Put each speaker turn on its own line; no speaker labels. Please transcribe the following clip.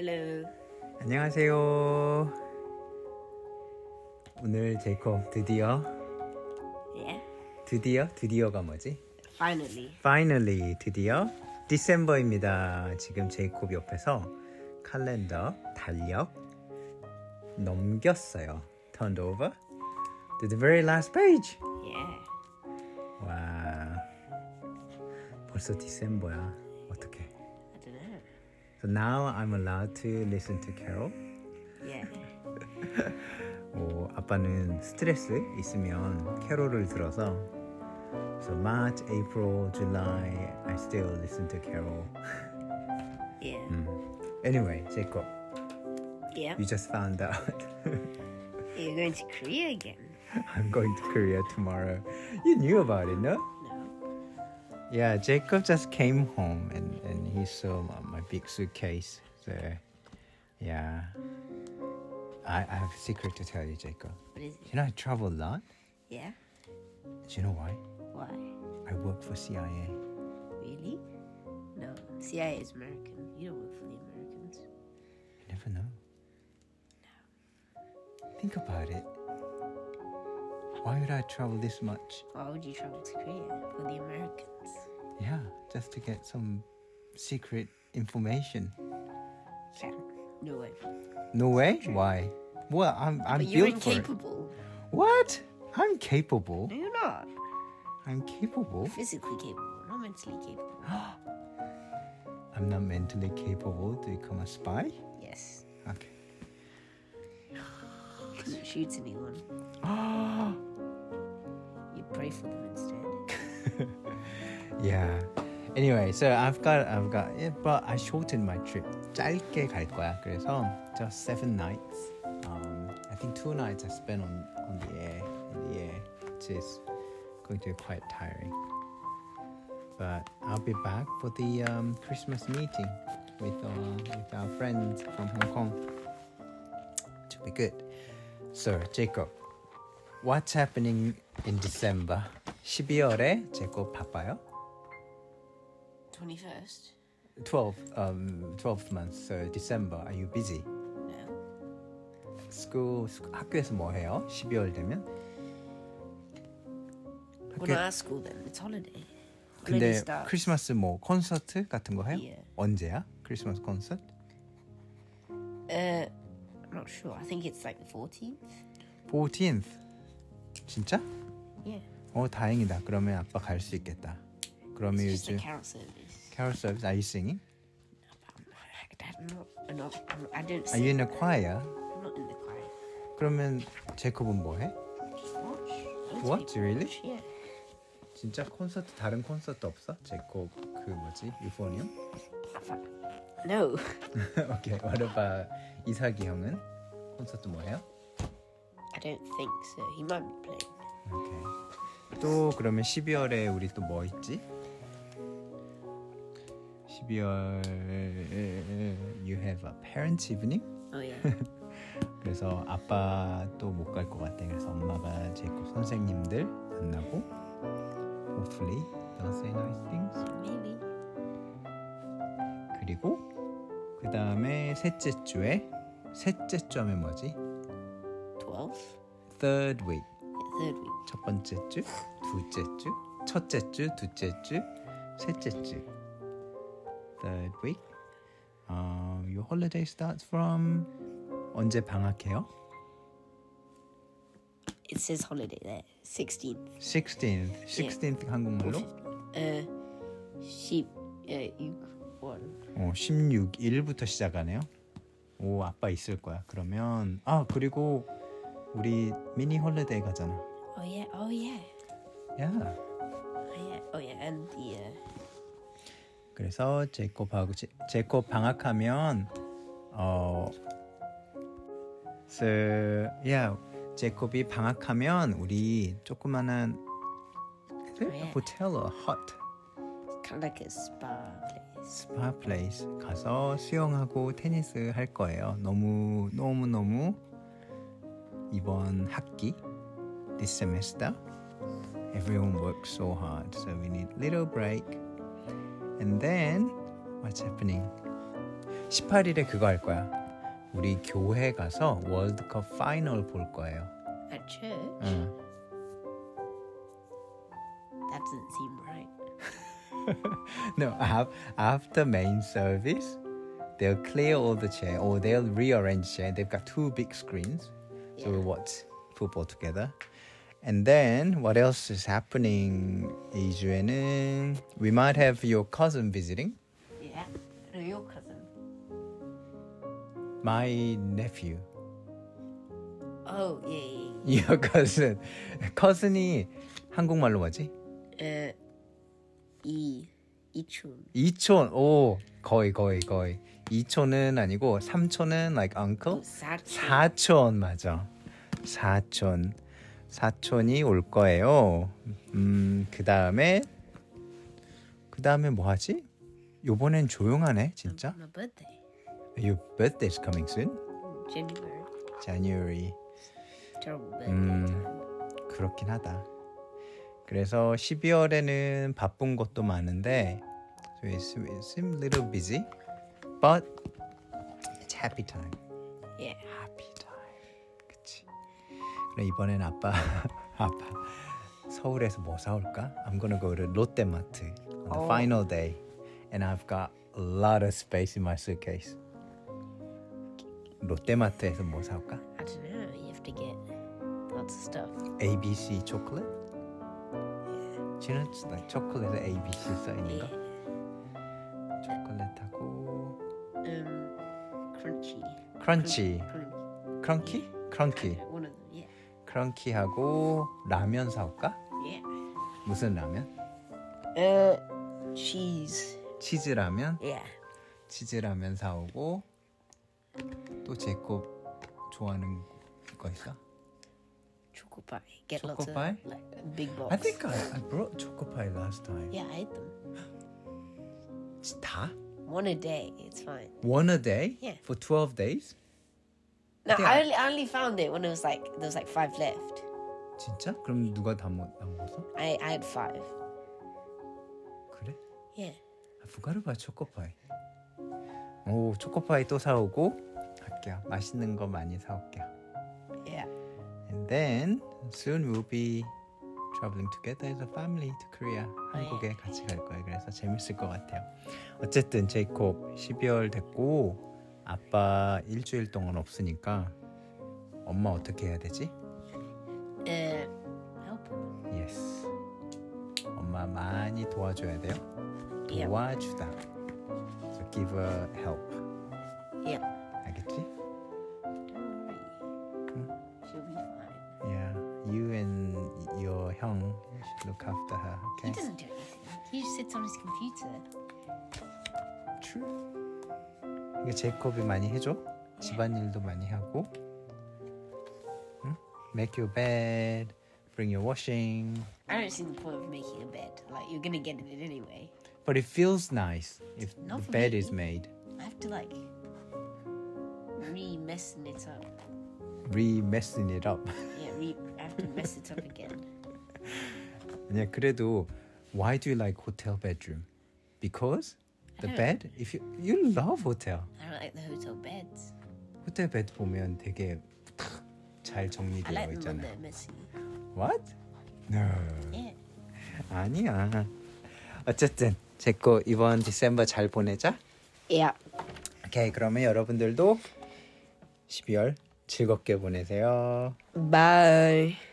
Hello.
안녕하세요. 오늘 제이콥 드디어
Yeah.
드디어 드디어가 뭐지?
Finally.
Finally 드디어 디셈버입니다. 지금 제이콥 옆에서 칼렌더 달력 넘겼어요. Turned over to the very last page.
Yeah.
와 벌써 디셈버야. 어떻게?
I don't know.
So now I'm allowed to listen to Carol.
Yeah.
어, 아빠는 스트레스 있으면 캐롤을 들어서 So March, April, July, I still listen to Carol.
Yeah.
Hmm. Anyway, Jacob,
Yeah.
you just found out
You're going to Korea again.
I'm going to Korea tomorrow. You knew about it, no?
No.
Yeah, Jacob just came home and, and he saw my, my big suitcase. So, yeah. I, I have a secret to tell you, Jacob.
What is it?
You know, I travel a lot.
Yeah.
Do you know why?
Why?
I work for CIA.
Really? No. CIA is American. You don't work for the Americans.
You never know. Think about it. Why would I travel this much?
Why would you travel to Korea for the Americans?
Yeah, just to get some secret information.
Yeah. No way.
No way. Why? Well, I'm I'm
But you're
built for it.
incapable.
What? I'm capable.
No, you're not.
I'm capable.
Physically capable, not mentally capable.
I'm not mentally capable to become a spy.
Yes.
Okay.
Couldn't shoot anyone. You pray for them instead.
Yeah. Anyway, so I've got I've got yeah, but I shortened my trip. 짧게 갈 거야. 그래서 just seven nights. Um, I think two nights I spent on on the air in the air, which is going to be quite tiring. But I'll be back for the um, Christmas meeting with our with our friends from Hong Kong. To be good. So Jacob, what's happening in December? 12월에 제코 바빠요?
21st?
12 um 12th month so December are you busy?
No.
school, 스- 학교에서 뭐 해요? 12월 되면?
We're not at school then. It's holiday. Holiday
근데
starts.
크리스마스 뭐 콘서트 같은 거 해요?
예.
언제야? 크리스마스 콘서트?
Uh, I'm not sure. I think it's like the 14th.
14th. 진짜?
Yeah.
어 다행이다. 그러면 아빠 갈 수 있겠다. 그러면
It's just a
요즘
carol service.
carol service are you singing?
I'm not. I'm not. I'm not I don't.
Are you
Sing.
in a choir?
I'm not in the choir.
그러면 제콥은 뭐 해?
Just watch. Those
What?
people
Really?
watch, Yeah.
진짜 콘서트 다른 콘서트 없어? 제콥 그 뭐지? 유포니움?
No.
오케이 what about 이삭이 형은 콘서트 뭐 해요?
I don't think so. He might be playing.
오케이 또 그러면 12월에 우리 또 뭐 있지? 12월 you have a parents evening
Oh yeah.
그래서 아빠 또 못 갈 것 같아 그래서 엄마가 제이콥 선생님들 만나고 hopefully they'll say nice things
Maybe.
그리고 그 다음에 셋째 주에 셋째 주 하면 뭐지?
12th.
third week
Yeah, third week.
첫 번째 주, 둘째 주, 첫째 주, 둘째 주, 셋째 주. Third week. Uh, your holiday starts from 언제 방학해요?
It says holiday there. 16th.
16th. 16th 한국말로?
Uh, sheep. Uh, you one.
어, 16일부터 시작하네요. 오, 아빠 있을 거야. 그러면 아, 그리고 우리 미니 홀리데이 가잖아.
Oh yeah. Oh yeah.
야.
Oh yeah. Oh yeah. And the. Uh,
그래서 제이콥하고 제, 제이콥 방학하면 어 so, yeah, 제이콥이 방학하면 우리 조그마한
그래.
호텔 어, or hot
kind of like a spa place.
spa place 가서 수영하고 테니스 할 거예요. 너무 너무 너무 이번 학기 this semester everyone works so hard, so we need little break. And then what's happening? 18일에 그거 할 거야. 우리 교회 가서 월드컵 파이널 볼 거예요.
At church?
응.
That doesn't seem right.
No, af- after main service, they'll clear all the chair or they'll rearrange chair. They've got two big screens, so we watch football together. And then what else is happening? 이 주에는 we might have your cousin visiting.
Yeah. No, your cousin.
My nephew.
Oh, yeah, yeah,
Your cousin. cousin이 한국말로 뭐지?
yeah. Uh, E. Ichun.
이촌. 오, 거의 거의 거의. 이촌은 아니고 삼촌은 like
Oh,
uncle.
Satsu.
사촌 맞아. 사촌. 사촌이 올 거예요. 음, 그다음에 그다음에 뭐 하지? 요번엔 조용하네, 진짜.
My birthday.
Your birthday is coming soon.
January.
January.
Terrible birthday.
음, 그렇긴 하다. 그래서 12월에는 바쁜 것도 많은데 so it's, it's a little busy, but it's happy time.
Yeah.
happy time. 그치. 그래 이번엔 아빠 아빠 서울에서 뭐 사올까? I'm gonna go to 롯데마트 on the
Oh.
final day, and I've got a lot of space in my suitcase. 롯데마트에서 뭐 사올까?
I don't know. You have to get lots of stuff.
ABC 초콜릿? 지난 나 초콜릿에 ABC 써 있는 거? 초콜릿하고
Um, crunchy.
크런치,
Crunchy.
크런키, 크런키,
One of them. Yeah.
크런키하고 라면 사올까?
Yeah.
무슨 라면?
Uh, cheese.
치즈 라면,
Yeah.
치즈 라면 사오고 또 제거 좋아하는 거 있어?
Choco pie. Get lots of
Choco pie?
like a big box.
I think I, I brought choco pie last time.
Yeah, I ate them.
다?
One a day. It's fine.
One a day
Yeah.
for 12 days?
No,
Yeah.
I only, I only found it when it was like there was like five left.
진짜? 그럼 누가 다, 먹, 다 먹었어?
I I had five.
그래?
Yeah.
아, 부가르바 초코파이. 오 초코파이 또 사오고 할게요. 맛있는 거 많이 사올게요.
Yeah.
And then soon we'll be traveling together as a family to Korea. 한국에 같이 갈 거예요. 그래서 재밌을 것 같아요. 어쨌든 제이콥 12월 됐고 아빠 일주일 동안 없으니까 엄마 어떻게 해야 되지?
Uh, help.
Yes. 엄마 많이 도와줘야 돼요.
Yeah.
도와주다. So give her help.
Yeah.
알겠지?
Don't worry. She'll be fine.
Yeah, you and your 형 should look after her.
He
Okay.
doesn't do anything. He just sits on his computer.
True. 이거 제이콥이 많이 해줘.
네.
집안일도 많이 하고. 응? Make your bed, bring your washing.
I don't see the point of making a bed. Like you're gonna get in it anyway.
But it feels nice if
Not
the
for
bed
me.
is made.
I have to like re-messing it up.
Re messing it up.
Yeah, re- I have to mess it up again.
아니야 그래도 why do you like hotel bedroom? Because the
I don't-
bed if you you love hotel.
I don't like the hotel beds.
호텔 베드 보면 되게 탁잘
I like
정리되어
them when
있잖아요.
they're messy.
What? No.
Yeah.
아니야. 어쨌든 제거 이번 디셈버 잘 보내자.
Yeah.
오케이 그러면 여러분들도 12월 즐겁게 보내세요.
Bye.